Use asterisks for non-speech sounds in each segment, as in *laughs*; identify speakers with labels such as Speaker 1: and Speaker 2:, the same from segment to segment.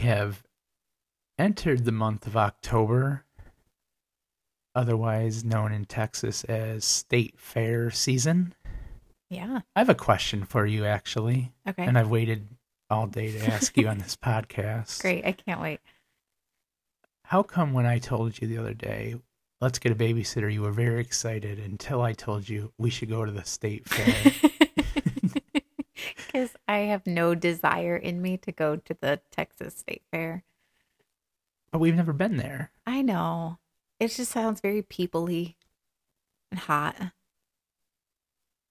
Speaker 1: have entered the month of October, otherwise known in Texas as state fair season.
Speaker 2: Yeah.
Speaker 1: I have a question for you, actually,
Speaker 2: Okay.
Speaker 1: and I've waited all day to ask you on
Speaker 2: *laughs*
Speaker 1: this podcast.
Speaker 2: Great. I can't wait.
Speaker 1: How come when I told you the other day, let's get a babysitter, you were very excited until I told you we should go to the state
Speaker 2: *laughs*
Speaker 1: fair?
Speaker 2: Because I have no desire in me to go to the Texas State Fair.
Speaker 1: but we've never been there.
Speaker 2: I know. It just sounds very peoply and hot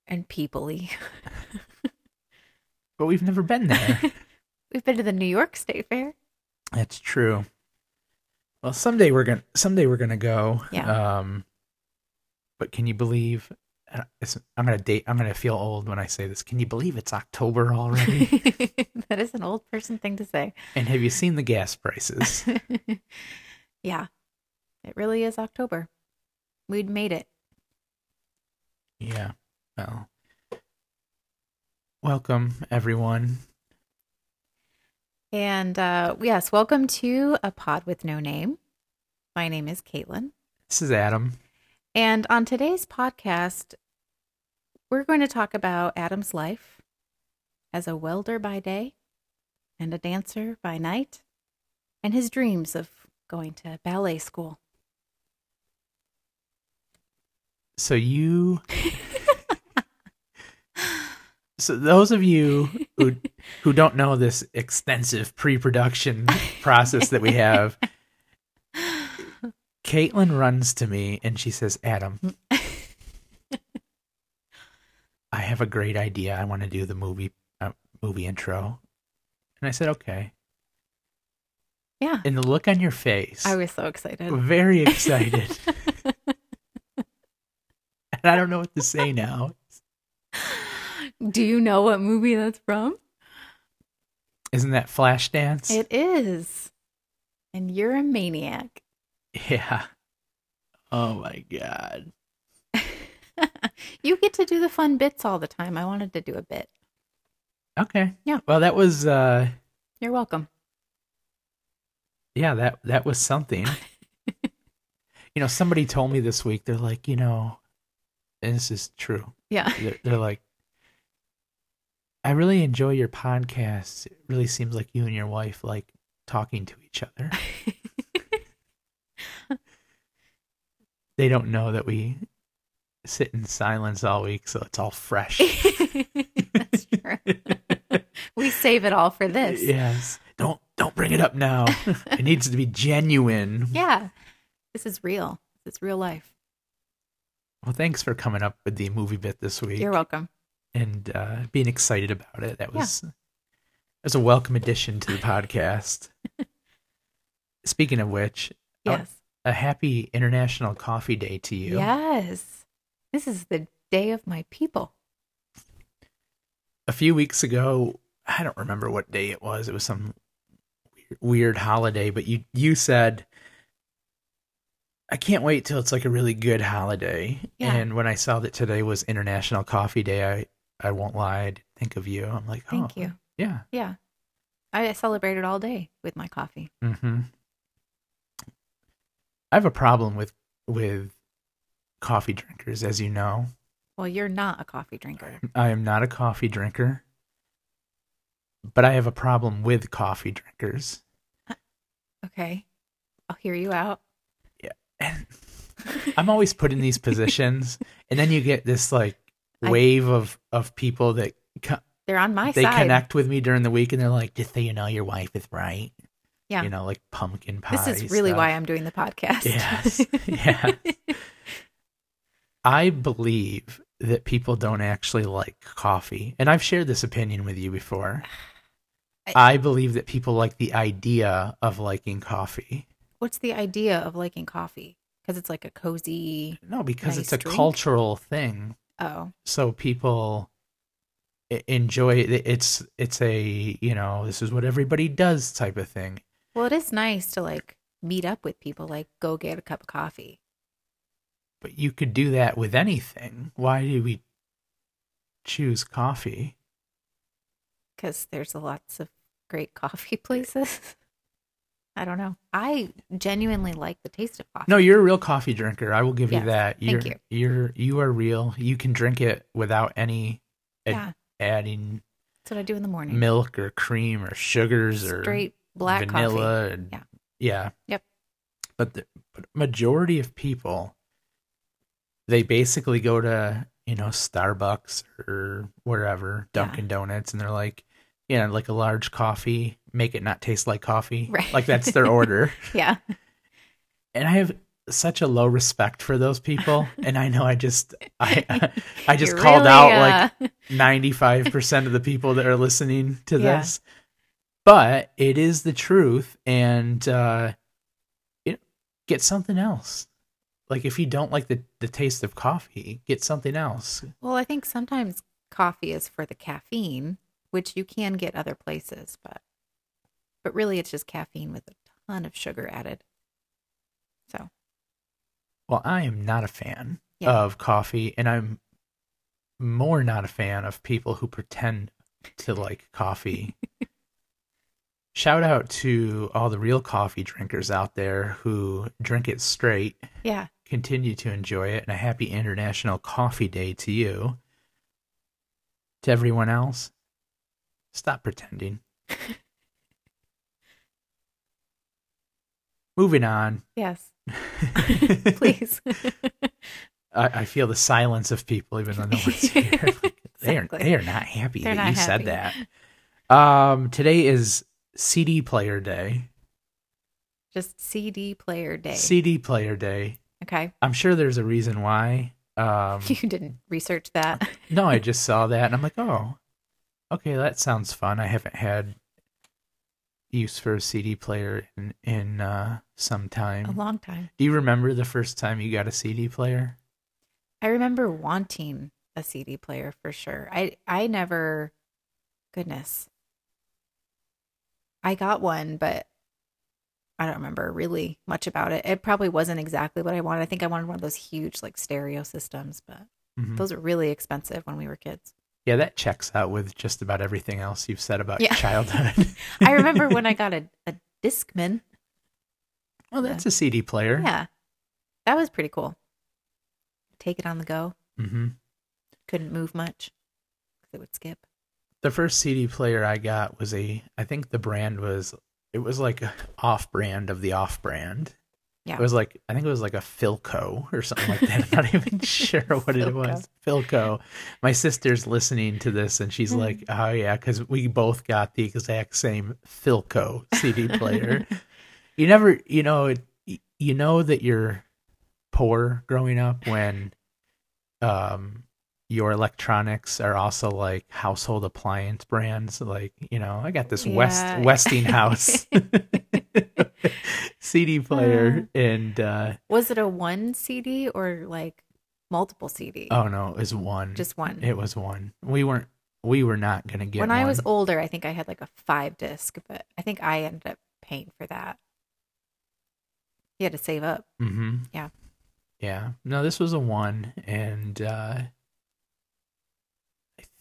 Speaker 2: and peoply.
Speaker 1: But we've never been there.
Speaker 2: *laughs* We've been to the New York State Fair.
Speaker 1: That's true. Well, someday we're gonna someday we're gonna go.
Speaker 2: Yeah.
Speaker 1: Um, but can you believe? uh, it's- I'm gonna date. I'm gonna feel old when I say this. Can you believe it's October
Speaker 2: *laughs*
Speaker 1: already?
Speaker 2: that is an old person thing to say. *laughs*
Speaker 1: and have you seen the gas prices?
Speaker 2: yeah. It really is October. We'd made it.
Speaker 1: yeah. Well. Welcome everyone.
Speaker 2: And uh, yes, welcome to A Pod with No Name. My name is Caitlin.
Speaker 1: This is Adam.
Speaker 2: And on today's podcast, we're going to talk about Adam's life as a welder by day and a dancer by night, and his dreams of going to ballet school.
Speaker 1: So you. so those of you who who don't know this extensive pre-production process that we have, Caitlin runs to me and she says, Adam, I have a great idea. I want to do the movie uh, movie intro. And I said, okay.
Speaker 2: Yeah,
Speaker 1: And the look on your face,
Speaker 2: I was so excited.
Speaker 1: very excited. *laughs* and I don't know what to say now.
Speaker 2: Do you know what movie that's from?
Speaker 1: Isn't that Flashdance?
Speaker 2: It is. And you're a maniac.
Speaker 1: *laughs*
Speaker 2: *laughs*
Speaker 1: yeah. Oh my God.
Speaker 2: you get to do the fun bits all the time. I wanted to do a bit.
Speaker 1: Okay.
Speaker 2: Yeah.
Speaker 1: Well, that was, uh,
Speaker 2: You're welcome.
Speaker 1: yeah, that, that was
Speaker 2: *laughs*
Speaker 1: something. you know, somebody told me this week, they're like, you know, and this is true.
Speaker 2: Yeah.
Speaker 1: they're, they're like i really enjoy your podcast it really seems like you and your wife like talking to each
Speaker 2: *laughs*
Speaker 1: other they don't know that we sit in silence all week so it's all
Speaker 2: *laughs*
Speaker 1: fresh
Speaker 2: *laughs* That's true. we save it all for this. Yeah.
Speaker 1: yes don't don't bring it up
Speaker 2: *laughs*
Speaker 1: now it needs to be genuine
Speaker 2: This is real. This is real life.
Speaker 1: well thanks for coming up with the movie bit this week
Speaker 2: You're welcome.
Speaker 1: and uh, being excited about it. That
Speaker 2: Yeah.
Speaker 1: was that was a welcome addition
Speaker 2: *laughs*
Speaker 1: to the podcast. Speaking of which, Oh,
Speaker 2: Yes.
Speaker 1: a happy International Coffee Day to you.
Speaker 2: Yes. This is the day of my people.
Speaker 1: A few weeks ago, I don't remember what day it was. It was some weird, weird holiday, but you you said I can't wait till it's like a really good holiday.
Speaker 2: Yeah.
Speaker 1: And when I saw that today was International Coffee Day, I I won't lie, I didn't think of you. I'm like,
Speaker 2: Thank
Speaker 1: oh,
Speaker 2: you.
Speaker 1: Yeah.
Speaker 2: Yeah. I celebrated all day with my coffee.
Speaker 1: Mm-hmm. I have a problem with with coffee drinkers, as you know.
Speaker 2: Well, you're not a coffee drinker.
Speaker 1: I am not a coffee drinker, but I have a problem with coffee drinkers.
Speaker 2: Okay. I'll hear you out.
Speaker 1: And I'm always put in these positions,
Speaker 2: *laughs*
Speaker 1: and then you get this like
Speaker 2: I-
Speaker 1: wave of of people that co-
Speaker 2: They're on my
Speaker 1: they
Speaker 2: side.
Speaker 1: connect with me during the week, and they're like, "Just so you know, your wife is right."
Speaker 2: Yeah.
Speaker 1: you know, like pumpkin pie.
Speaker 2: This is really
Speaker 1: stuff.
Speaker 2: why I'm doing the podcast.
Speaker 1: Yes. Yes. I believe that people don't actually like coffee. And I've shared this opinion with you
Speaker 2: *sighs*
Speaker 1: before. I, believe that people like the idea of liking coffee.
Speaker 2: *laughs* What's the idea of liking coffee? Because it's like a cozy.
Speaker 1: No, because it's a
Speaker 2: Nice drink.
Speaker 1: cultural thing.
Speaker 2: Oh,
Speaker 1: So people e- enjoy it. It's it's a, you know, this is what everybody does type of thing.
Speaker 2: well, it is nice to like meet up with people. Like, go get a cup of coffee.
Speaker 1: But you could do that with anything. Why do we choose coffee?
Speaker 2: *laughs* Because there's lots of great coffee places. I don't know. I genuinely like the taste of coffee.
Speaker 1: No, you're a real coffee drinker. I will give
Speaker 2: Yes.
Speaker 1: you that. You're,
Speaker 2: Thank
Speaker 1: are you are real. You can drink it without any it-
Speaker 2: yeah,
Speaker 1: adding
Speaker 2: that's what I do in the morning.
Speaker 1: milk or cream or sugars or
Speaker 2: Straight black coffee.
Speaker 1: vanilla. and-
Speaker 2: Yeah.
Speaker 1: yeah.
Speaker 2: Yep.
Speaker 1: But the but majority of people, they basically go to you know Starbucks or wherever
Speaker 2: Yeah.
Speaker 1: Dunkin' Donuts, and they're like, you know, like a large coffee, make it not taste like coffee.
Speaker 2: *laughs* Right.
Speaker 1: Like that's their
Speaker 2: *laughs*
Speaker 1: order.
Speaker 2: Yeah.
Speaker 1: and I have such a low respect for those
Speaker 2: *laughs*
Speaker 1: people. and I know I just I *laughs* I just called out like
Speaker 2: like
Speaker 1: ninety five percent of the people that are listening to
Speaker 2: Yeah.
Speaker 1: this, but it is the truth. And uh, you know, get something else. Like if you don't like the the taste of coffee, get something else.
Speaker 2: *laughs* Well, I think sometimes coffee is for the caffeine, which you can get other places, but but really it's just caffeine with a ton of sugar added. So
Speaker 1: Well, I am not a fan
Speaker 2: Yeah.
Speaker 1: of coffee, and I'm more not a fan of people who pretend to like
Speaker 2: *laughs*
Speaker 1: coffee. Shout out to all the real coffee drinkers out there who drink it straight,
Speaker 2: yeah,
Speaker 1: continue to enjoy it, and a happy International Coffee Day to you. To everyone else, stop
Speaker 2: *laughs*
Speaker 1: pretending. Moving on. *laughs*
Speaker 2: yes, *laughs* please.
Speaker 1: I, I feel the silence of people, even though no
Speaker 2: *laughs*
Speaker 1: one's here. Like, they are
Speaker 2: Exactly.
Speaker 1: they are not happy
Speaker 2: They're
Speaker 1: that
Speaker 2: not
Speaker 1: you said
Speaker 2: happy.
Speaker 1: that. Um, today is CD player day.
Speaker 2: Just CD player day.
Speaker 1: CD player day.
Speaker 2: okay. *laughs*
Speaker 1: I'm sure there's a reason why. Um,
Speaker 2: You didn't research that.
Speaker 1: no, I just saw that and I'm like, oh, okay, that sounds fun. I haven't had use for a CD player in in uh, some
Speaker 2: A
Speaker 1: time.
Speaker 2: long time.
Speaker 1: Do you remember the first time you got a CD player?
Speaker 2: I remember wanting a CD player for sure. I I never goodness. I got one, but I don't remember really much about it. It probably wasn't exactly what I wanted. I think I wanted one of those huge like stereo systems, but
Speaker 1: Mhm.
Speaker 2: those were really expensive when we were kids.
Speaker 1: Yeah, that checks out with just about everything else you've said about
Speaker 2: Yeah.
Speaker 1: childhood.
Speaker 2: *laughs* I remember when I got a, a Discman.
Speaker 1: *laughs* well, that's a CD player.
Speaker 2: Yeah. That was pretty cool. Take it on the go.
Speaker 1: hmm
Speaker 2: Couldn't move much 'cause it would skip.
Speaker 1: The first CD player I got was a, I think the brand was, it was like a off brand of the off brand.
Speaker 2: Yeah.
Speaker 1: It was like, I think it was like a Philco or something like that. I'm
Speaker 2: *laughs*
Speaker 1: not even sure what it
Speaker 2: Philco.
Speaker 1: was. Philco. My sister's listening to this and she's
Speaker 2: Mhm.
Speaker 1: like, oh, yeah, because we both got the exact same Philco CD
Speaker 2: *laughs*
Speaker 1: player. you never you know it, y- you know that you're poor growing up when um your electronics are also like household appliance brands like you know i got this
Speaker 2: Yeah.
Speaker 1: west
Speaker 2: *laughs*
Speaker 1: westinghouse cd player and uh
Speaker 2: Was it a one CD or like multiple CD?
Speaker 1: oh no it was one
Speaker 2: just one.
Speaker 1: it was one we weren't we were not gonna get
Speaker 2: when
Speaker 1: one.
Speaker 2: I was older, I think I had like a five disc, but I think I ended up paying for that. You had to save up.
Speaker 1: Mm-hmm.
Speaker 2: Yeah.
Speaker 1: Yeah. No, this was a one, and uh, I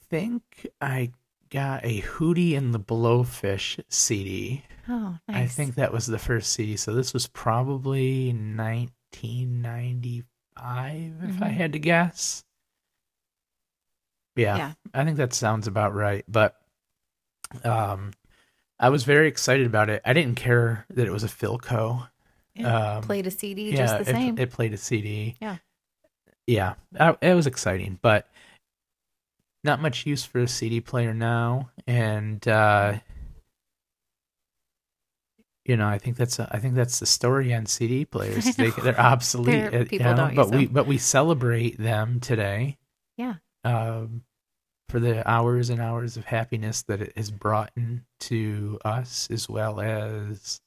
Speaker 1: think I got a Hootie and the Blowfish CD.
Speaker 2: Oh, nice.
Speaker 1: I think that was the first CD. So this was probably 1995, if I
Speaker 2: Mhm.
Speaker 1: had to guess. Yeah,
Speaker 2: Yeah.
Speaker 1: I think that sounds about right. But um, I was very excited about it. I didn't care that it was a Philco.
Speaker 2: Yeah.
Speaker 1: um,
Speaker 2: played a CD just the
Speaker 1: it,
Speaker 2: same.
Speaker 1: it played a CD.
Speaker 2: Yeah.
Speaker 1: Yeah. I- it was exciting, but not much use for a CD player now. And, uh, you know, I think that's a, I think that's the story on CD players. They,
Speaker 2: *laughs*
Speaker 1: they're obsolete,
Speaker 2: They're-
Speaker 1: uh,
Speaker 2: people
Speaker 1: you know,
Speaker 2: don't
Speaker 1: but
Speaker 2: use
Speaker 1: we
Speaker 2: them.
Speaker 1: but we celebrate them today.
Speaker 2: Yeah.
Speaker 1: Um, for the hours and hours of happiness that it has brought in to us, as well as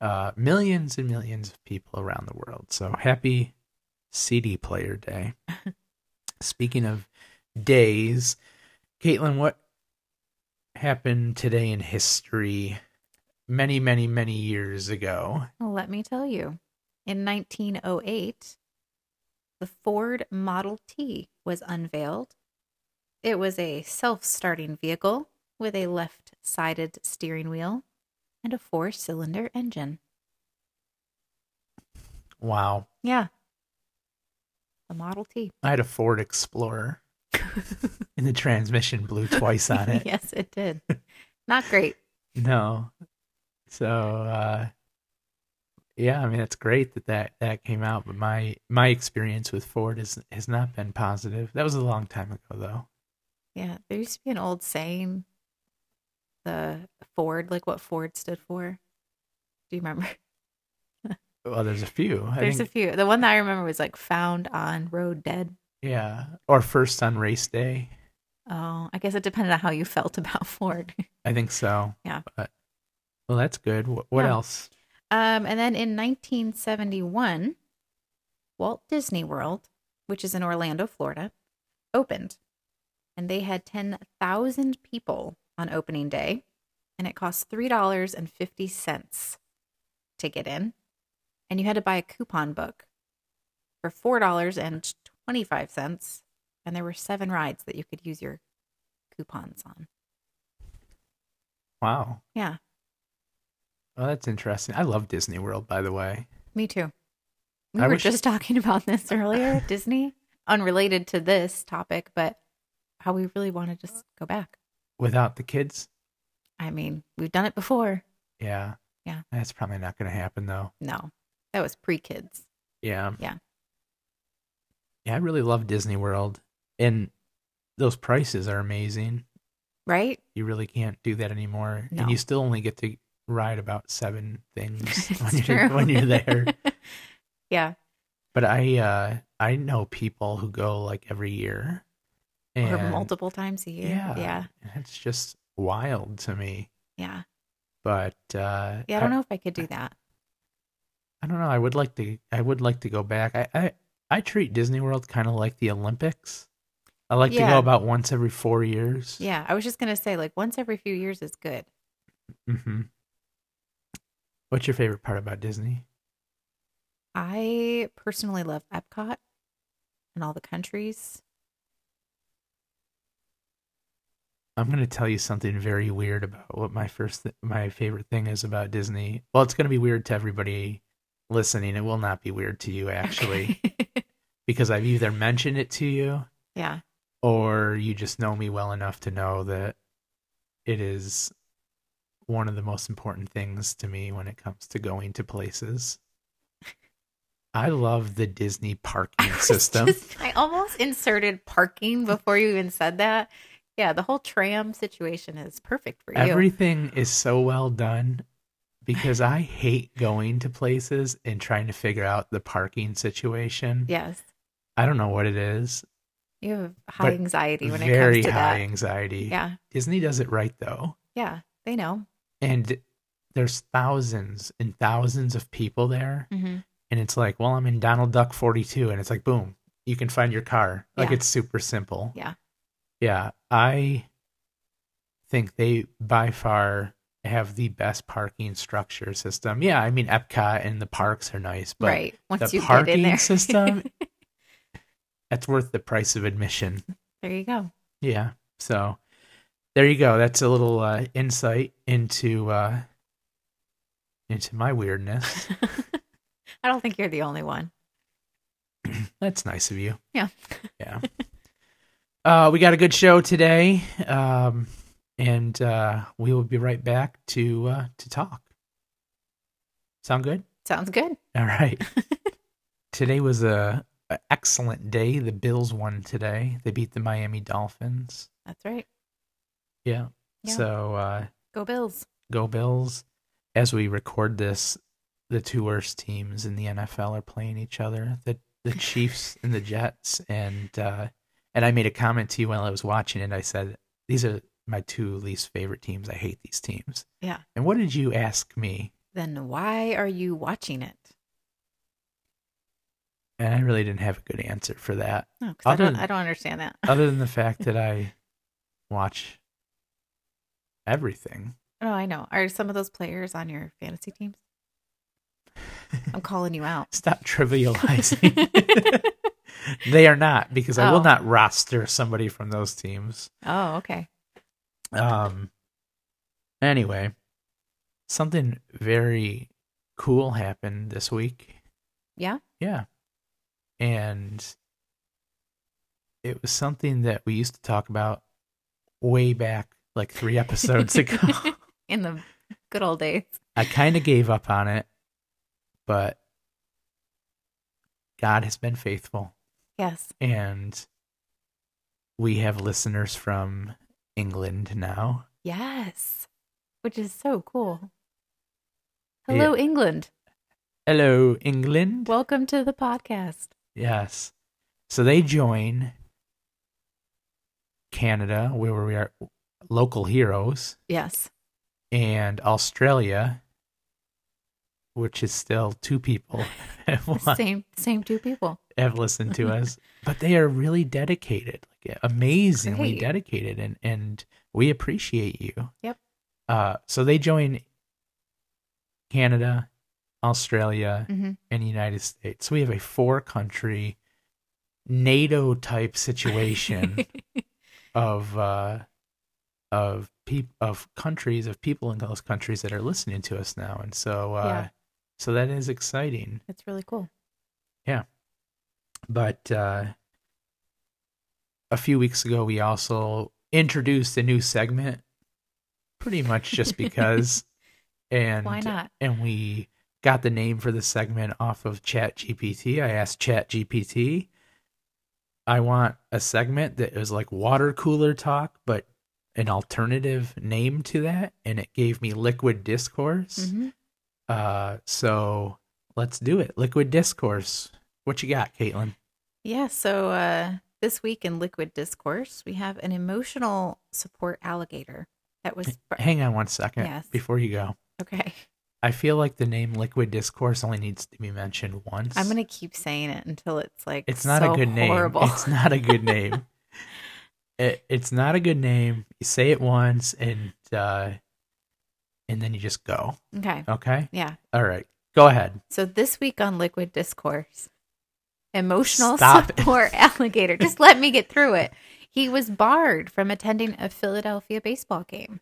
Speaker 1: uh, millions and millions of people around the world. So happy CD Player
Speaker 2: *laughs*
Speaker 1: Day. Speaking of days, Caitlin, what happened today in history many, many, many years ago?
Speaker 2: Well, let me tell you. In 1908, the Ford Model T was unveiled. It was a self starting vehicle with a left sided steering wheel and a four cylinder engine.
Speaker 1: Wow.
Speaker 2: Yeah. The Model T.
Speaker 1: I had a Ford Explorer and the transmission blew twice
Speaker 2: *laughs*
Speaker 1: on it.
Speaker 2: yes, it did. Not great.
Speaker 1: No. So uh yeah, I mean it's great that, that that came out, but my my experience with Ford is has not been positive. That was a long time ago though.
Speaker 2: Yeah. There used to be an old saying the Ford, like what Ford stood for. Do you remember?
Speaker 1: Well, there's a few. I
Speaker 2: There's
Speaker 1: think,
Speaker 2: a few. The one that I remember was like found on road dead.
Speaker 1: yeah, or first on race day.
Speaker 2: Oh, I guess it depended on how you felt *laughs* about Ford.
Speaker 1: I think so.
Speaker 2: Yeah.
Speaker 1: But, well, that's good. What, what
Speaker 2: Yeah.
Speaker 1: else?
Speaker 2: Um, and then in 1971, Walt Disney World, which is in Orlando, Florida, opened. And they had 10,000 people on opening day. And it cost $3.50 to get in. And you had to buy a coupon book for $4.25. And there were seven rides that you could use your coupons on.
Speaker 1: Wow.
Speaker 2: Yeah,
Speaker 1: Well, that's interesting. I love Disney World, by the way.
Speaker 2: me too. We
Speaker 1: I
Speaker 2: were
Speaker 1: wish-
Speaker 2: just talking about
Speaker 1: *laughs*
Speaker 2: this earlier, Disney, unrelated to this topic, but how we really want to just go back.
Speaker 1: Without the kids,
Speaker 2: I mean, we've done it before.
Speaker 1: yeah,
Speaker 2: Yeah.
Speaker 1: that's probably not going to happen though.
Speaker 2: No, that was pre kids.
Speaker 1: Yeah.
Speaker 2: Yeah.
Speaker 1: Yeah, I really love Disney World, and those prices are amazing.
Speaker 2: Right?
Speaker 1: You really can't do that anymore,
Speaker 2: No.
Speaker 1: and you still only get to ride about seven
Speaker 2: *laughs*
Speaker 1: things *laughs* when
Speaker 2: It's
Speaker 1: you're when you're there.
Speaker 2: *laughs* yeah.
Speaker 1: But I uh I know people who go like every year.
Speaker 2: Or
Speaker 1: and-
Speaker 2: multiple times a year.
Speaker 1: Yeah.
Speaker 2: Yeah.
Speaker 1: and It's just wild to me.
Speaker 2: Yeah.
Speaker 1: But uh
Speaker 2: Yeah, I don't know if I could do that.
Speaker 1: I don't know. I would like to I would like to go back. I I, I treat Disney World kind of like the Olympics. I like to
Speaker 2: Yeah.
Speaker 1: go about once every 4 years.
Speaker 2: Yeah. I was just going to say, like, once every few years is good.
Speaker 1: Mhm. What's your favorite part about Disney?
Speaker 2: I personally love Epcot and all the countries.
Speaker 1: I'm going to tell you something very weird about what my first th- my favorite thing is about Disney. Well, it's going to be weird to everybody listening. It will not be weird to you actually.
Speaker 2: *laughs*
Speaker 1: because I've either mentioned it to you
Speaker 2: yeah.
Speaker 1: or you just know me well enough to know that it is one of the most important things to me when it comes to going to places. I love the Disney parking
Speaker 2: *laughs* I was
Speaker 1: system.
Speaker 2: just- I almost inserted parking before you even said that. Yeah, the whole tram situation is perfect for you.
Speaker 1: Everything is so well done because I hate going to places and trying to figure out the parking situation.
Speaker 2: yes,
Speaker 1: I don't know what it is.
Speaker 2: you have high
Speaker 1: But
Speaker 2: anxiety when it
Speaker 1: Very
Speaker 2: comes to
Speaker 1: high
Speaker 2: that.
Speaker 1: anxiety.
Speaker 2: Yeah,
Speaker 1: Disney does it right though.
Speaker 2: yeah, they know.
Speaker 1: and there's thousands and thousands of people there
Speaker 2: hmm
Speaker 1: and it's like well i'm in donald duck 42 and it's like boom you can find your car like
Speaker 2: Yeah.
Speaker 1: it's super simple
Speaker 2: Yeah.
Speaker 1: yeah i think they by far have the best parking structure system yeah i mean epcot and the parks are nice but
Speaker 2: Right. Once
Speaker 1: the
Speaker 2: you get in
Speaker 1: parking
Speaker 2: there, *laughs*
Speaker 1: system- that's worth the price of admission
Speaker 2: there you go. *laughs*
Speaker 1: yeah so there you go that's a little uh, insight into uh into my weirdness
Speaker 2: I don't think you're the only one.
Speaker 1: That's nice of you.
Speaker 2: Yeah.
Speaker 1: Yeah. uh, we got a good show today, um, and uh, we will be right back to uh, to talk. Sound good?
Speaker 2: Sounds good.
Speaker 1: All
Speaker 2: *laughs*
Speaker 1: right. today was a, a excellent day. The Bills won today. They beat the Miami Dolphins.
Speaker 2: That's right.
Speaker 1: Yeah.
Speaker 2: Yeah.
Speaker 1: So uh,
Speaker 2: Go Bills.
Speaker 1: go Bills! As we record this, the two worst teams in the NFL are playing each other. The the Chiefs and the Jets and uh and I made a comment to you while I was watching it. I said, These are my two least favorite teams. I hate these teams.
Speaker 2: Yeah.
Speaker 1: And what did you ask me?
Speaker 2: Then why are you watching it?
Speaker 1: And I really didn't have a good answer for that.
Speaker 2: No, 'cause I
Speaker 1: Other
Speaker 2: don't.
Speaker 1: than-
Speaker 2: I don't understand that.
Speaker 1: Other than the fact that I watch everything.
Speaker 2: No, Oh, I know. Are some of those players on your fantasy teams? I'm calling you *laughs* out.
Speaker 1: Stop
Speaker 2: *laughs*
Speaker 1: trivializing. *laughs* they are not, because I will
Speaker 2: Oh.
Speaker 1: not roster somebody from those teams.
Speaker 2: oh, okay.
Speaker 1: Um. Anyway, something very cool happened this week.
Speaker 2: Yeah?
Speaker 1: Yeah. And it was something that we used to talk about way back like three episodes
Speaker 2: *laughs*
Speaker 1: ago.
Speaker 2: In the good old days.
Speaker 1: I kind of gave up on it, but God has been faithful.
Speaker 2: Yes.
Speaker 1: And we have listeners from England now.
Speaker 2: Yes. Which is so cool. Hello, England.
Speaker 1: Hello, England.
Speaker 2: Welcome to the podcast.
Speaker 1: Yes. So they join Canada, where we are local heroes,
Speaker 2: Yes.
Speaker 1: and Australia, which is still two people have, wa-
Speaker 2: Same same two people.
Speaker 1: have listened
Speaker 2: *laughs*
Speaker 1: to us. But they are really dedicated, like amazingly
Speaker 2: Great.
Speaker 1: dedicated, and, and we appreciate you.
Speaker 2: Yep.
Speaker 1: Uh, so they join Canada, Australia,
Speaker 2: Mhm.
Speaker 1: and the United States. So we have a four country NATO type
Speaker 2: *laughs*
Speaker 1: situation of uh, of peop- of countries of people in those countries that are listening to us now, and so uh,
Speaker 2: Yeah.
Speaker 1: so that is exciting.
Speaker 2: That's really cool.
Speaker 1: But uh, a few weeks ago, we also introduced a new segment, pretty much
Speaker 2: *laughs*
Speaker 1: just because, and
Speaker 2: Why not?
Speaker 1: and we got the name for the segment off of ChatGPT. I asked ChatGPT, I want a segment that is like water cooler talk, but an alternative name to that, and it gave me liquid discourse.
Speaker 2: Mhm.
Speaker 1: Uh, so let's do it. Liquid discourse. What you got, Caitlin?
Speaker 2: Yeah, so uh this week in Liquid Discourse, we have an emotional support alligator that was
Speaker 1: Hang on one second
Speaker 2: Yes.
Speaker 1: before you go.
Speaker 2: okay.
Speaker 1: I feel like the name liquid discourse only needs to be mentioned once.
Speaker 2: I'm gonna keep saying it until it's like
Speaker 1: It's not
Speaker 2: so
Speaker 1: a good
Speaker 2: horrible.
Speaker 1: name. It's not a good name. it, it's not a good name. You say it once and uh and then you just go.
Speaker 2: *laughs* okay.
Speaker 1: Okay?
Speaker 2: Yeah.
Speaker 1: All right. Go ahead.
Speaker 2: So this week on Liquid Discourse, emotional
Speaker 1: Stop it.
Speaker 2: support *laughs* alligator. Just let me get through it. He was barred from attending a Philadelphia baseball game.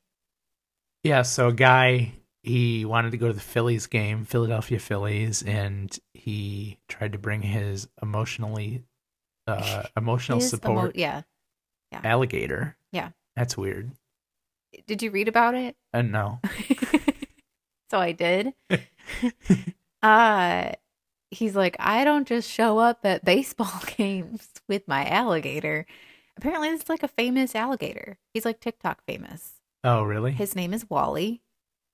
Speaker 1: Yeah, so a guy he wanted to go to the Phillies game, Philadelphia Phillies, and he tried to bring his emotionally
Speaker 2: *laughs*
Speaker 1: uh emotional
Speaker 2: His
Speaker 1: support
Speaker 2: emo- yeah.
Speaker 1: alligator.
Speaker 2: Yeah.
Speaker 1: That's weird.
Speaker 2: Did you read about it? *laughs*
Speaker 1: And Uh, no.
Speaker 2: so
Speaker 1: *laughs*
Speaker 2: I did. uh he's like, I don't just show up at baseball *laughs* games with my alligator. Apparently, it's like a famous alligator. He's like TikTok famous.
Speaker 1: Oh, really?
Speaker 2: His name is Wally.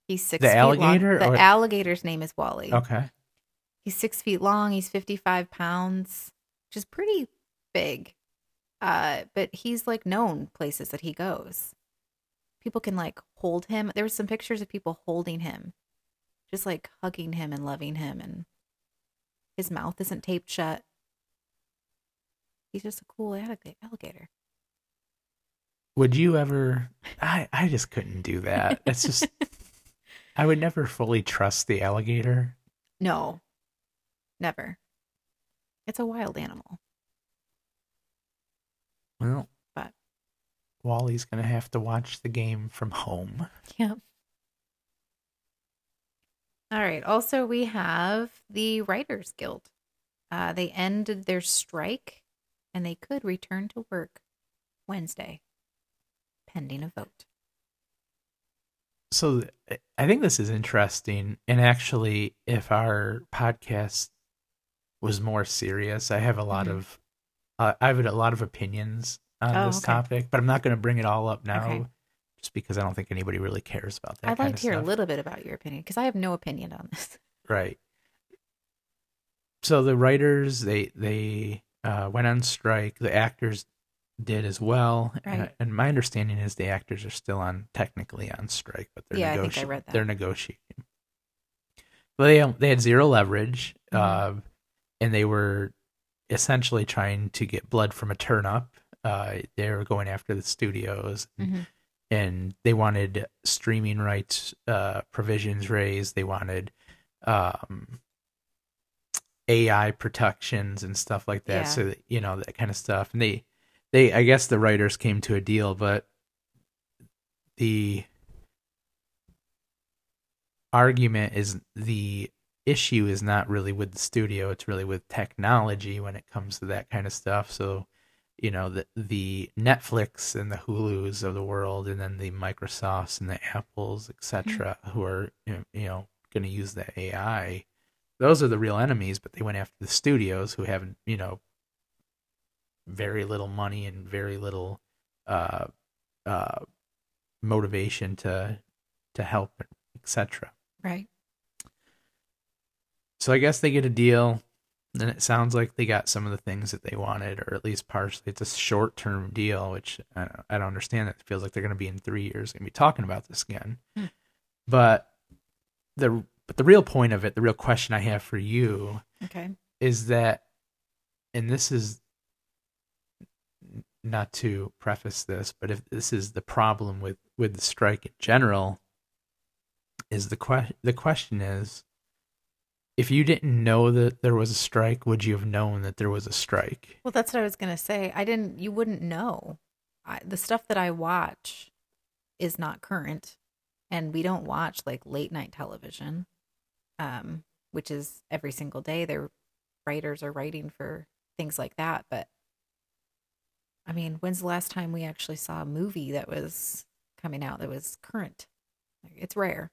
Speaker 2: He's six.
Speaker 1: The
Speaker 2: feet long.
Speaker 1: alligator
Speaker 2: The
Speaker 1: or-
Speaker 2: alligator's name is Wally.
Speaker 1: okay.
Speaker 2: He's six feet long. He's 55 pounds, which is pretty big. Uh, but he's like known places that he goes. People can like hold him. There were some pictures of people holding him, just like hugging him and loving him. And his mouth isn't taped shut. He's just a cool allig- alligator.
Speaker 1: Would you ever? I I just couldn't do that. Uh, It's
Speaker 2: *laughs*
Speaker 1: just I would never fully trust the alligator.
Speaker 2: No, never. It's a wild animal.
Speaker 1: Well,
Speaker 2: But-
Speaker 1: Wally's gonna have to watch the game from home.
Speaker 2: Yep. All right. Also, we have the Writers Guild. Uh, they ended their strike and they could return to work Wednesday, pending a vote.
Speaker 1: So th- I think this is interesting. And actually, if our podcast was more serious, I have a lot
Speaker 2: Mhm.
Speaker 1: of uh, I have a lot of opinions on
Speaker 2: Oh,
Speaker 1: this
Speaker 2: okay.
Speaker 1: topic, but I'm not gonna bring it all up now,
Speaker 2: Okay.
Speaker 1: just because I don't think anybody really cares about that.
Speaker 2: I'd
Speaker 1: kind
Speaker 2: like
Speaker 1: of
Speaker 2: to hear
Speaker 1: stuff.
Speaker 2: a little bit about your opinion because I have no opinion on this.
Speaker 1: Right. So the writers they they uh, went on strike. The actors did as well. And,
Speaker 2: Right.
Speaker 1: and my understanding is the actors are still on technically on strike, but they're
Speaker 2: Yeah, I
Speaker 1: negoti-
Speaker 2: think I read that.
Speaker 1: They're negotiating. But they they had zero leverage,
Speaker 2: Mhm.
Speaker 1: uh, and they were essentially trying to get blood from a turnip. Uh, they were going after the studios
Speaker 2: Mhm.
Speaker 1: and they wanted streaming rights uh, provisions raised. They wanted um, AI protections and stuff like that.
Speaker 2: Yeah.
Speaker 1: So that, you know that kind of stuff. And they, they, I guess the writers came to a deal, but the argument is the issue is not really with the studio it's really with technology when it comes to that kind of stuff so you know the the netflix and the hulus of the world and then the microsofts and the apples etc who are you know going to use the ai those are the real enemies but they went after the studios who have you know very little money and very little uh uh motivation to to help etc
Speaker 2: *laughs* Right.
Speaker 1: So I guess they get a deal. And it sounds like they got some of the things that they wanted, or at least partially. It's a short term deal, which I don't, I don't understand. It feels like they're going to be in three years going to be talking about this again.
Speaker 2: Hmm.
Speaker 1: But the but the real point of it, the real question I have for you
Speaker 2: Okay.
Speaker 1: is that, and this is n- not to preface this, but if this is the problem with with the strike in general, is the question the question is, if you didn't know that there was a strike, would you have known that there was a strike?
Speaker 2: Well, that's what I was going to say. I didn't, you wouldn't know. I, the stuff that I watch is not current. And we don't watch like late night television, um, which is every single day. Their writers are writing for things like that. But I mean, when's the last time we actually saw a movie that was coming out that was current? Like, It's rare.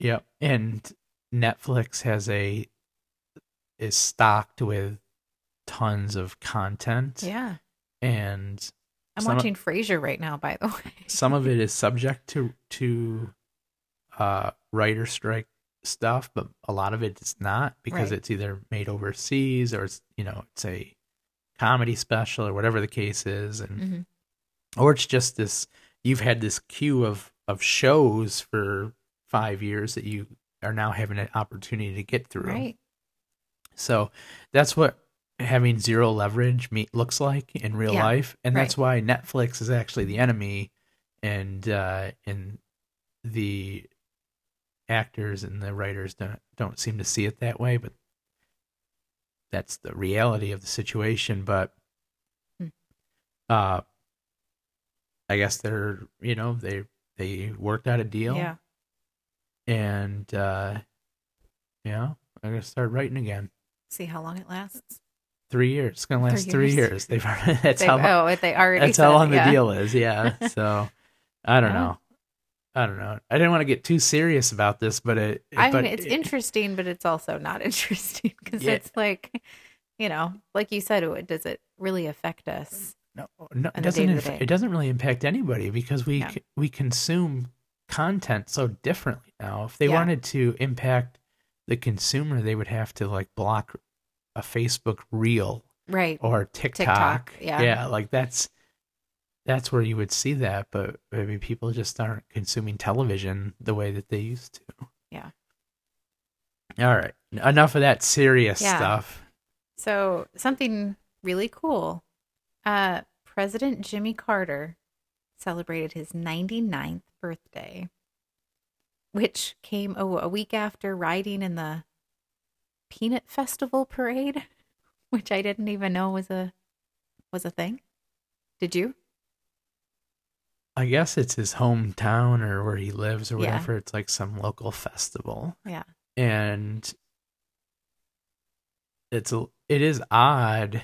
Speaker 1: Yep. And Netflix has a is stocked with tons of content,
Speaker 2: Yeah.
Speaker 1: and
Speaker 2: I'm
Speaker 1: Some-
Speaker 2: watching Frasier right now, by the *laughs* way.
Speaker 1: some of it is subject to to uh writer strike stuff but a lot of it is not because
Speaker 2: Right.
Speaker 1: it's either made overseas or it's you know it's a comedy special or whatever the case is and
Speaker 2: Mhm.
Speaker 1: or it's just this you've had this queue of of shows for 5 years that you are now having an opportunity to get through
Speaker 2: Right.
Speaker 1: so that's what having zero leverage me- looks like in real
Speaker 2: Yeah,
Speaker 1: life, and that's why Netflix is actually the enemy, and uh, and the actors and the writers don't don't seem to see it that way, but that's the reality of the situation. But
Speaker 2: Hmm.
Speaker 1: uh, I guess they're you know they they worked out a deal,
Speaker 2: Yeah.
Speaker 1: and uh, yeah, I'm gonna start writing again
Speaker 2: See how long it lasts.
Speaker 1: three years. It's gonna
Speaker 2: Three
Speaker 1: last three
Speaker 2: years.
Speaker 1: years. They've already, *laughs* that's
Speaker 2: They-
Speaker 1: how long,
Speaker 2: oh, they already.
Speaker 1: that's how
Speaker 2: said,
Speaker 1: long the
Speaker 2: yeah.
Speaker 1: deal is. Yeah.
Speaker 2: *laughs*
Speaker 1: So I don't
Speaker 2: Yeah.
Speaker 1: know. I don't know. I didn't want to get too serious about this, but it.
Speaker 2: I
Speaker 1: but
Speaker 2: mean, it's
Speaker 1: it-
Speaker 2: interesting, but it's also not *laughs* interesting because
Speaker 1: Yeah.
Speaker 2: it's like, you know, like you said, it- does it really affect us?
Speaker 1: No, no,
Speaker 2: the
Speaker 1: it doesn't.
Speaker 2: day-to-day.
Speaker 1: inf- It doesn't really impact anybody because we
Speaker 2: No.
Speaker 1: c- we consume content so differently now. If they
Speaker 2: Yeah.
Speaker 1: wanted to impact the consumer, they would have to like block a Facebook reel
Speaker 2: Right.
Speaker 1: or TikTok.
Speaker 2: yeah.
Speaker 1: like that's that's where you would see that, but maybe people just aren't consuming television the way that they used to.
Speaker 2: Yeah.
Speaker 1: All right. Enough of that serious
Speaker 2: Yeah.
Speaker 1: stuff.
Speaker 2: So something really cool. Uh, President Jimmy Carter celebrated his 99th birthday, which came a, a week after riding in the Peanut Festival parade, *laughs* which I didn't even know was a was a thing. Did you?
Speaker 1: I guess it's his hometown or where he lives or
Speaker 2: Yeah.
Speaker 1: whatever. It's like some local festival.
Speaker 2: Yeah.
Speaker 1: And it's a, it is odd.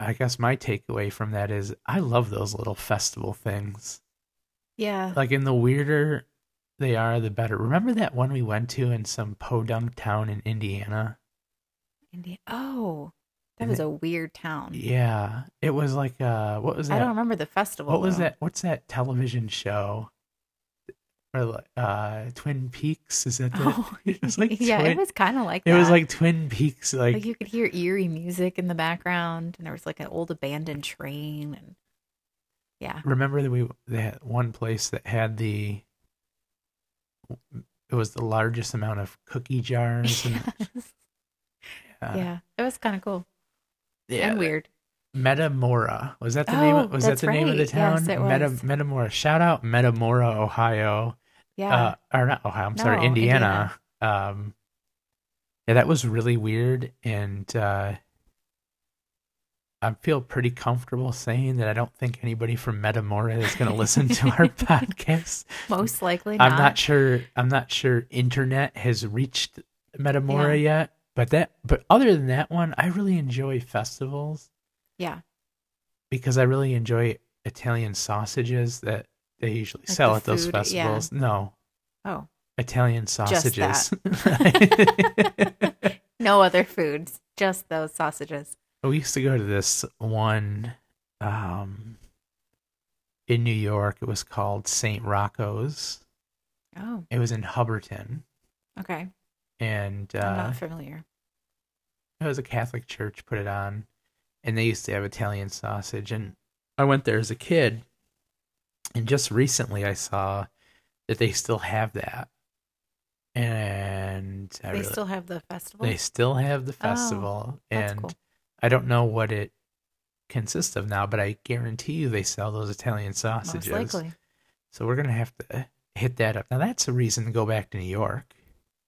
Speaker 1: I guess my takeaway from that is I love those little festival things.
Speaker 2: Yeah.
Speaker 1: like in the weirder they are the better remember that one we went to in some podunk town in indiana
Speaker 2: India. Oh, that
Speaker 1: And
Speaker 2: was
Speaker 1: it-
Speaker 2: a weird town.
Speaker 1: yeah it was like uh what was
Speaker 2: I don't
Speaker 1: that
Speaker 2: remember the festival.
Speaker 1: what was
Speaker 2: though. *laughs*
Speaker 1: that what's that television show or like uh twin peaks is that the,
Speaker 2: Oh,
Speaker 1: *laughs* it was like
Speaker 2: yeah,
Speaker 1: twin,
Speaker 2: it was kind of like
Speaker 1: it was
Speaker 2: that.
Speaker 1: like twin peaks like,
Speaker 2: like you could hear eerie music in the background, and there was like an old abandoned train, and yeah, *laughs*
Speaker 1: remember that we that one place that had the it was the largest amount of cookie jars
Speaker 2: *laughs*
Speaker 1: and
Speaker 2: Yes.
Speaker 1: uh,
Speaker 2: yeah, it was kind of cool
Speaker 1: yeah,
Speaker 2: and weird.
Speaker 1: Metamora. Was that the name?
Speaker 2: Oh,
Speaker 1: Of, was that
Speaker 2: that's
Speaker 1: the name of the
Speaker 2: right. Yes,
Speaker 1: town?
Speaker 2: it
Speaker 1: Meta,
Speaker 2: was.
Speaker 1: Metamora. Shout out Metamora, Ohio.
Speaker 2: Yeah,
Speaker 1: Uh, or not Ohio. I'm sorry,
Speaker 2: No,
Speaker 1: Indiana. Um, yeah, that was really weird, and uh, I feel pretty comfortable saying that I don't think anybody from Metamora is going to listen to
Speaker 2: *laughs*
Speaker 1: our podcast.
Speaker 2: Most likely
Speaker 1: I'm not sure. I'm not sure internet has reached Metamora yet. But that, but other than that one, I really enjoy festivals
Speaker 2: yeah.
Speaker 1: because I really enjoy Italian sausages that they usually
Speaker 2: Like
Speaker 1: sell
Speaker 2: the
Speaker 1: at those
Speaker 2: food, yeah.
Speaker 1: festivals. No,
Speaker 2: Oh,
Speaker 1: Italian sausages.
Speaker 2: that. no other foods, just those sausages.
Speaker 1: *laughs* we used to go to this one um, in New York. It was called St. Rocco's.
Speaker 2: Oh,
Speaker 1: It was in Hubbardton,
Speaker 2: okay.
Speaker 1: and
Speaker 2: I'm
Speaker 1: uh,
Speaker 2: not familiar.
Speaker 1: it was a Catholic church put it on, and they used to have Italian sausage. And I went there as a kid, and just recently I saw that they still have that, and I
Speaker 2: They
Speaker 1: really,
Speaker 2: still have the festival.
Speaker 1: they still have the
Speaker 2: Oh,
Speaker 1: festival,
Speaker 2: that's
Speaker 1: and
Speaker 2: cool.
Speaker 1: I don't know what it consists of now, but I guarantee you they sell those Italian sausages.
Speaker 2: Most likely,
Speaker 1: So we're gonna have to hit that up. Now that's a reason to go back to New York,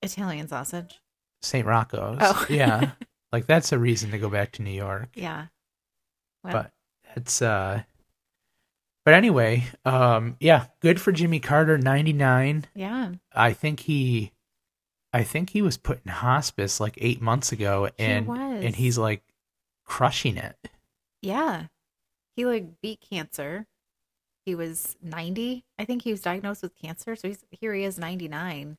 Speaker 2: Italian sausage.
Speaker 1: St. Rocco's.
Speaker 2: Oh. *laughs*
Speaker 1: yeah, like that's a reason to go back to New York.
Speaker 2: Yeah. Well,
Speaker 1: but that's uh but anyway um yeah good for jimmy carter 99
Speaker 2: yeah,
Speaker 1: i think he i think he was put in hospice like eight months ago
Speaker 2: He
Speaker 1: and
Speaker 2: was.
Speaker 1: and he's like crushing it
Speaker 2: yeah. He like beat cancer. He was 90. I think he was diagnosed with cancer, so he's here he is 99.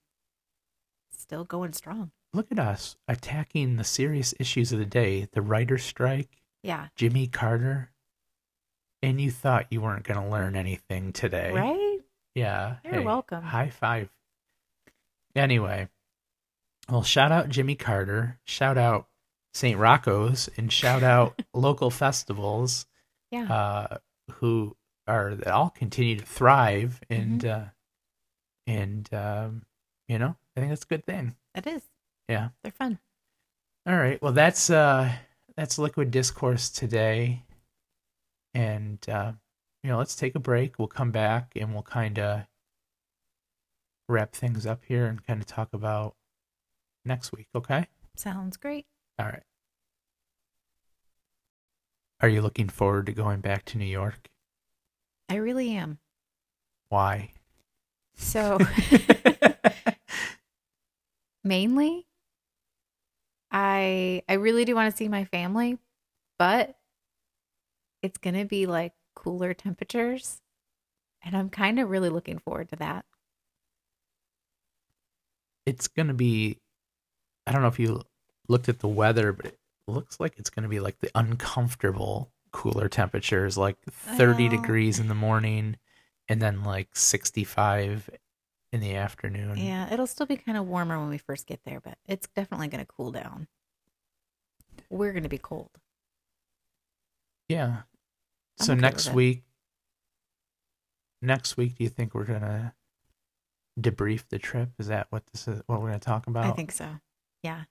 Speaker 2: Still going strong.
Speaker 1: look at us attacking the serious issues of the day the writer strike
Speaker 2: Yeah.
Speaker 1: jimmy carter and you thought you weren't going to learn anything today
Speaker 2: Right?
Speaker 1: Yeah.
Speaker 2: You're welcome.
Speaker 1: High five. Anyway, well, shout out Jimmy Carter. Shout out St. Rocco's and shout
Speaker 2: *laughs*
Speaker 1: out local festivals
Speaker 2: Yeah.
Speaker 1: uh, who are that all continue to thrive and
Speaker 2: Mm-hmm.
Speaker 1: uh, and um, you know I think that's a good thing.
Speaker 2: It is.
Speaker 1: Yeah.
Speaker 2: They're fun.
Speaker 1: All right. Well, that's uh that's liquid discourse today, and uh, you know let's take a break. We'll come back and we'll kind of wrap things up here and kind of talk about next week. Okay.
Speaker 2: Sounds great.
Speaker 1: All right. Are you looking forward to going back to New York?
Speaker 2: I really am.
Speaker 1: Why? *laughs*
Speaker 2: So mainly I I really do want to see my family, but it's going to be like cooler temperatures and I'm kind of really looking forward to that.
Speaker 1: it's gonna be. I don't know if you looked at the weather, but it looks like it's gonna be like the uncomfortable cooler temperatures, like thirty
Speaker 2: Well-
Speaker 1: degrees in the morning, and then like sixty-five in the afternoon.
Speaker 2: Yeah, it'll still be kind of warmer when we first get there, but it's definitely going to cool down. We're going to be cold.
Speaker 1: Yeah. So
Speaker 2: I'm okay with
Speaker 1: next
Speaker 2: it.
Speaker 1: week. Next week, do you think we're gonna debrief the trip? Is that what this is? What we're gonna talk about?
Speaker 2: I think so.
Speaker 1: Yeah.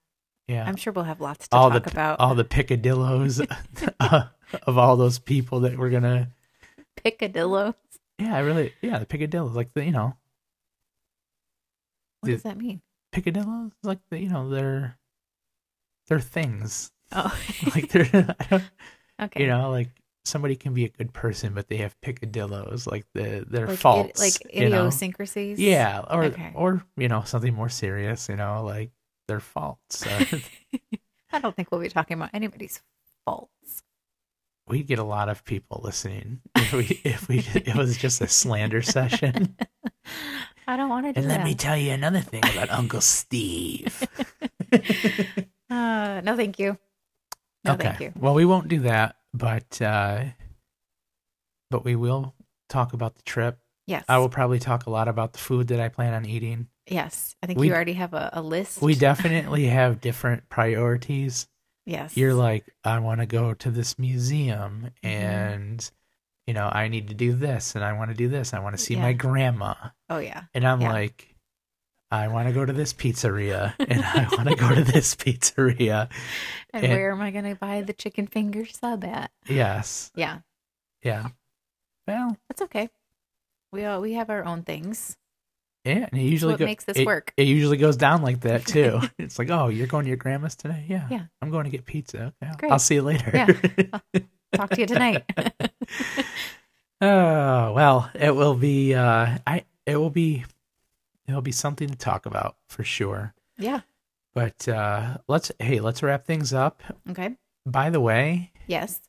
Speaker 2: I'm sure we'll have lots to
Speaker 1: all
Speaker 2: talk
Speaker 1: the
Speaker 2: about.
Speaker 1: all the picadillos *laughs* uh, of all those people that we're gonna.
Speaker 2: Picadillo.
Speaker 1: Yeah, I really. Yeah, the picadillos, like the you know
Speaker 2: What
Speaker 1: The-
Speaker 2: does
Speaker 1: *laughs*
Speaker 2: that mean?
Speaker 1: picadillos, like the, you know they're they're things. *laughs*
Speaker 2: Oh,
Speaker 1: Like they're *laughs* I don't,
Speaker 2: *laughs* okay.
Speaker 1: you know like somebody can be a good person, but they have picadillos, like the their
Speaker 2: like,
Speaker 1: faults,
Speaker 2: like
Speaker 1: you know?
Speaker 2: idiosyncrasies.
Speaker 1: Yeah, or
Speaker 2: Okay.
Speaker 1: or you know something more serious, you know like their faults. Uh,
Speaker 2: *laughs* I don't think we'll be talking about anybody's faults.
Speaker 1: we'd get a lot of people listening if we if we it was just a slander session.
Speaker 2: *laughs* I don't want to do
Speaker 1: And
Speaker 2: that.
Speaker 1: let me tell you another thing about Uncle Steve.
Speaker 2: uh, no, thank you. No,
Speaker 1: okay.
Speaker 2: thank you.
Speaker 1: Well, we won't do that, but uh, but we will talk about the trip.
Speaker 2: Yes.
Speaker 1: I will probably talk a lot about the food that I plan on eating.
Speaker 2: Yes. I think
Speaker 1: We-
Speaker 2: you already have a, a list. *laughs*
Speaker 1: We definitely have different priorities.
Speaker 2: Yes.
Speaker 1: You're like, I want to go to this museum,
Speaker 2: Mm-hmm.
Speaker 1: and you know, I need to do this, and I want to do this. I want to see my
Speaker 2: Yeah.
Speaker 1: grandma,
Speaker 2: oh, yeah.
Speaker 1: and I'm
Speaker 2: Yeah.
Speaker 1: like, I want to go to this pizzeria, and
Speaker 2: *laughs*
Speaker 1: I want to go to this pizzeria.
Speaker 2: And,
Speaker 1: And-
Speaker 2: where am I going to buy the chicken finger sub at?
Speaker 1: Yes.
Speaker 2: Yeah.
Speaker 1: Yeah. Well,
Speaker 2: That's okay. We all we have our own things.
Speaker 1: yeah, and it
Speaker 2: That's
Speaker 1: usually
Speaker 2: what
Speaker 1: go-
Speaker 2: makes this
Speaker 1: it,
Speaker 2: work.
Speaker 1: It usually goes down like
Speaker 2: *laughs*
Speaker 1: that too. it's like, oh, you're going to your grandma's today? Yeah.
Speaker 2: Yeah.
Speaker 1: I'm going to get pizza. Okay. I'll-
Speaker 2: Great.
Speaker 1: I'll see you later.
Speaker 2: Yeah. talk to you tonight.
Speaker 1: *laughs*
Speaker 2: *laughs*
Speaker 1: Oh well, it will be. Uh, I it will be. It'll be something to talk about for sure.
Speaker 2: yeah.
Speaker 1: But uh, let's hey, let's wrap things up.
Speaker 2: Okay.
Speaker 1: By the way,
Speaker 2: Yes.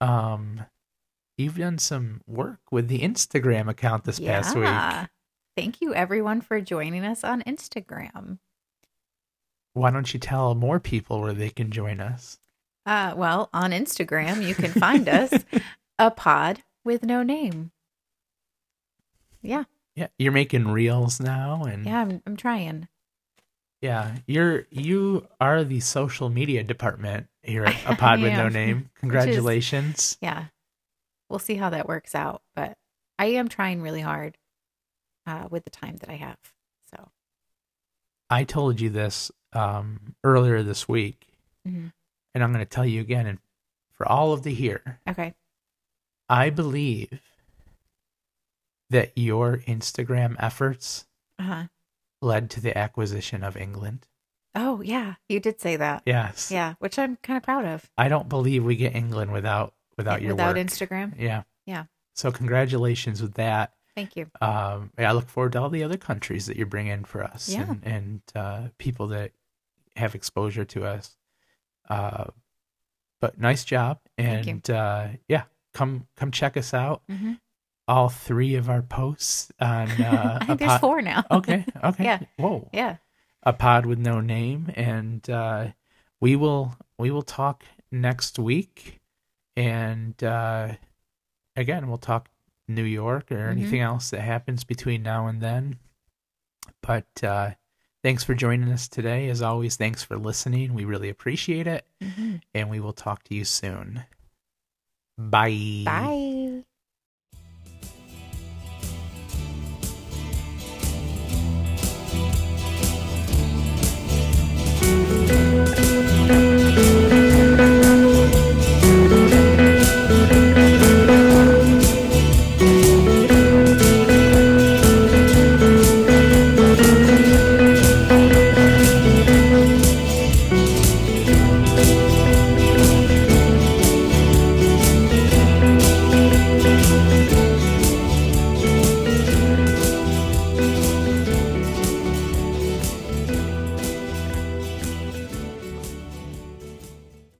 Speaker 1: um, you've done some work with the Instagram account this past week.
Speaker 2: Thank you everyone for joining us on Instagram.
Speaker 1: Why don't you tell more people where they can join us?
Speaker 2: Uh, well, on Instagram, you can find us
Speaker 1: *laughs*
Speaker 2: a pod with no name. Yeah.
Speaker 1: Yeah, you're making reels now, and
Speaker 2: Yeah. I'm, I'm trying.
Speaker 1: yeah, you're you are the social media department here at
Speaker 2: *laughs* I
Speaker 1: a pod with no
Speaker 2: am,
Speaker 1: name. Congratulations.
Speaker 2: Yeah. We'll see how that works out. But I am trying really hard uh, with the time that I have. So,
Speaker 1: I told you this um, earlier this week,
Speaker 2: Mhm.
Speaker 1: and I'm going to tell you again and for all of the here.
Speaker 2: okay.
Speaker 1: I believe that your Instagram efforts
Speaker 2: Uh
Speaker 1: Uh-huh.
Speaker 2: huh.
Speaker 1: led to the acquisition of England.
Speaker 2: Oh, yeah. You did say that.
Speaker 1: Yes.
Speaker 2: Yeah. Which I'm kind of proud of.
Speaker 1: I don't believe we get England without without your
Speaker 2: Without
Speaker 1: work.
Speaker 2: Instagram.
Speaker 1: yeah.
Speaker 2: Yeah.
Speaker 1: So congratulations with that.
Speaker 2: Thank you.
Speaker 1: Um, yeah, I look forward to all the other countries that you bring in for us
Speaker 2: Yeah.
Speaker 1: and, and uh, people that have exposure to us. Uh, but nice job.
Speaker 2: Thank you.
Speaker 1: And uh, yeah, come come check us out.
Speaker 2: hmm
Speaker 1: All three of our posts on
Speaker 2: *laughs*
Speaker 1: uh,
Speaker 2: I
Speaker 1: a
Speaker 2: think there's
Speaker 1: pod-
Speaker 2: four now.
Speaker 1: Okay. Okay.
Speaker 2: Yeah.
Speaker 1: Whoa.
Speaker 2: *laughs* Yeah.
Speaker 1: A pod with no name. And uh, we will we will talk next week. And uh, again, we'll talk New York or
Speaker 2: Mhm.
Speaker 1: anything else that happens between now and then. But uh, thanks for joining us today. As always, thanks for listening. We really appreciate it.
Speaker 2: Mhm.
Speaker 1: And we will talk to you soon. Bye.
Speaker 2: Bye.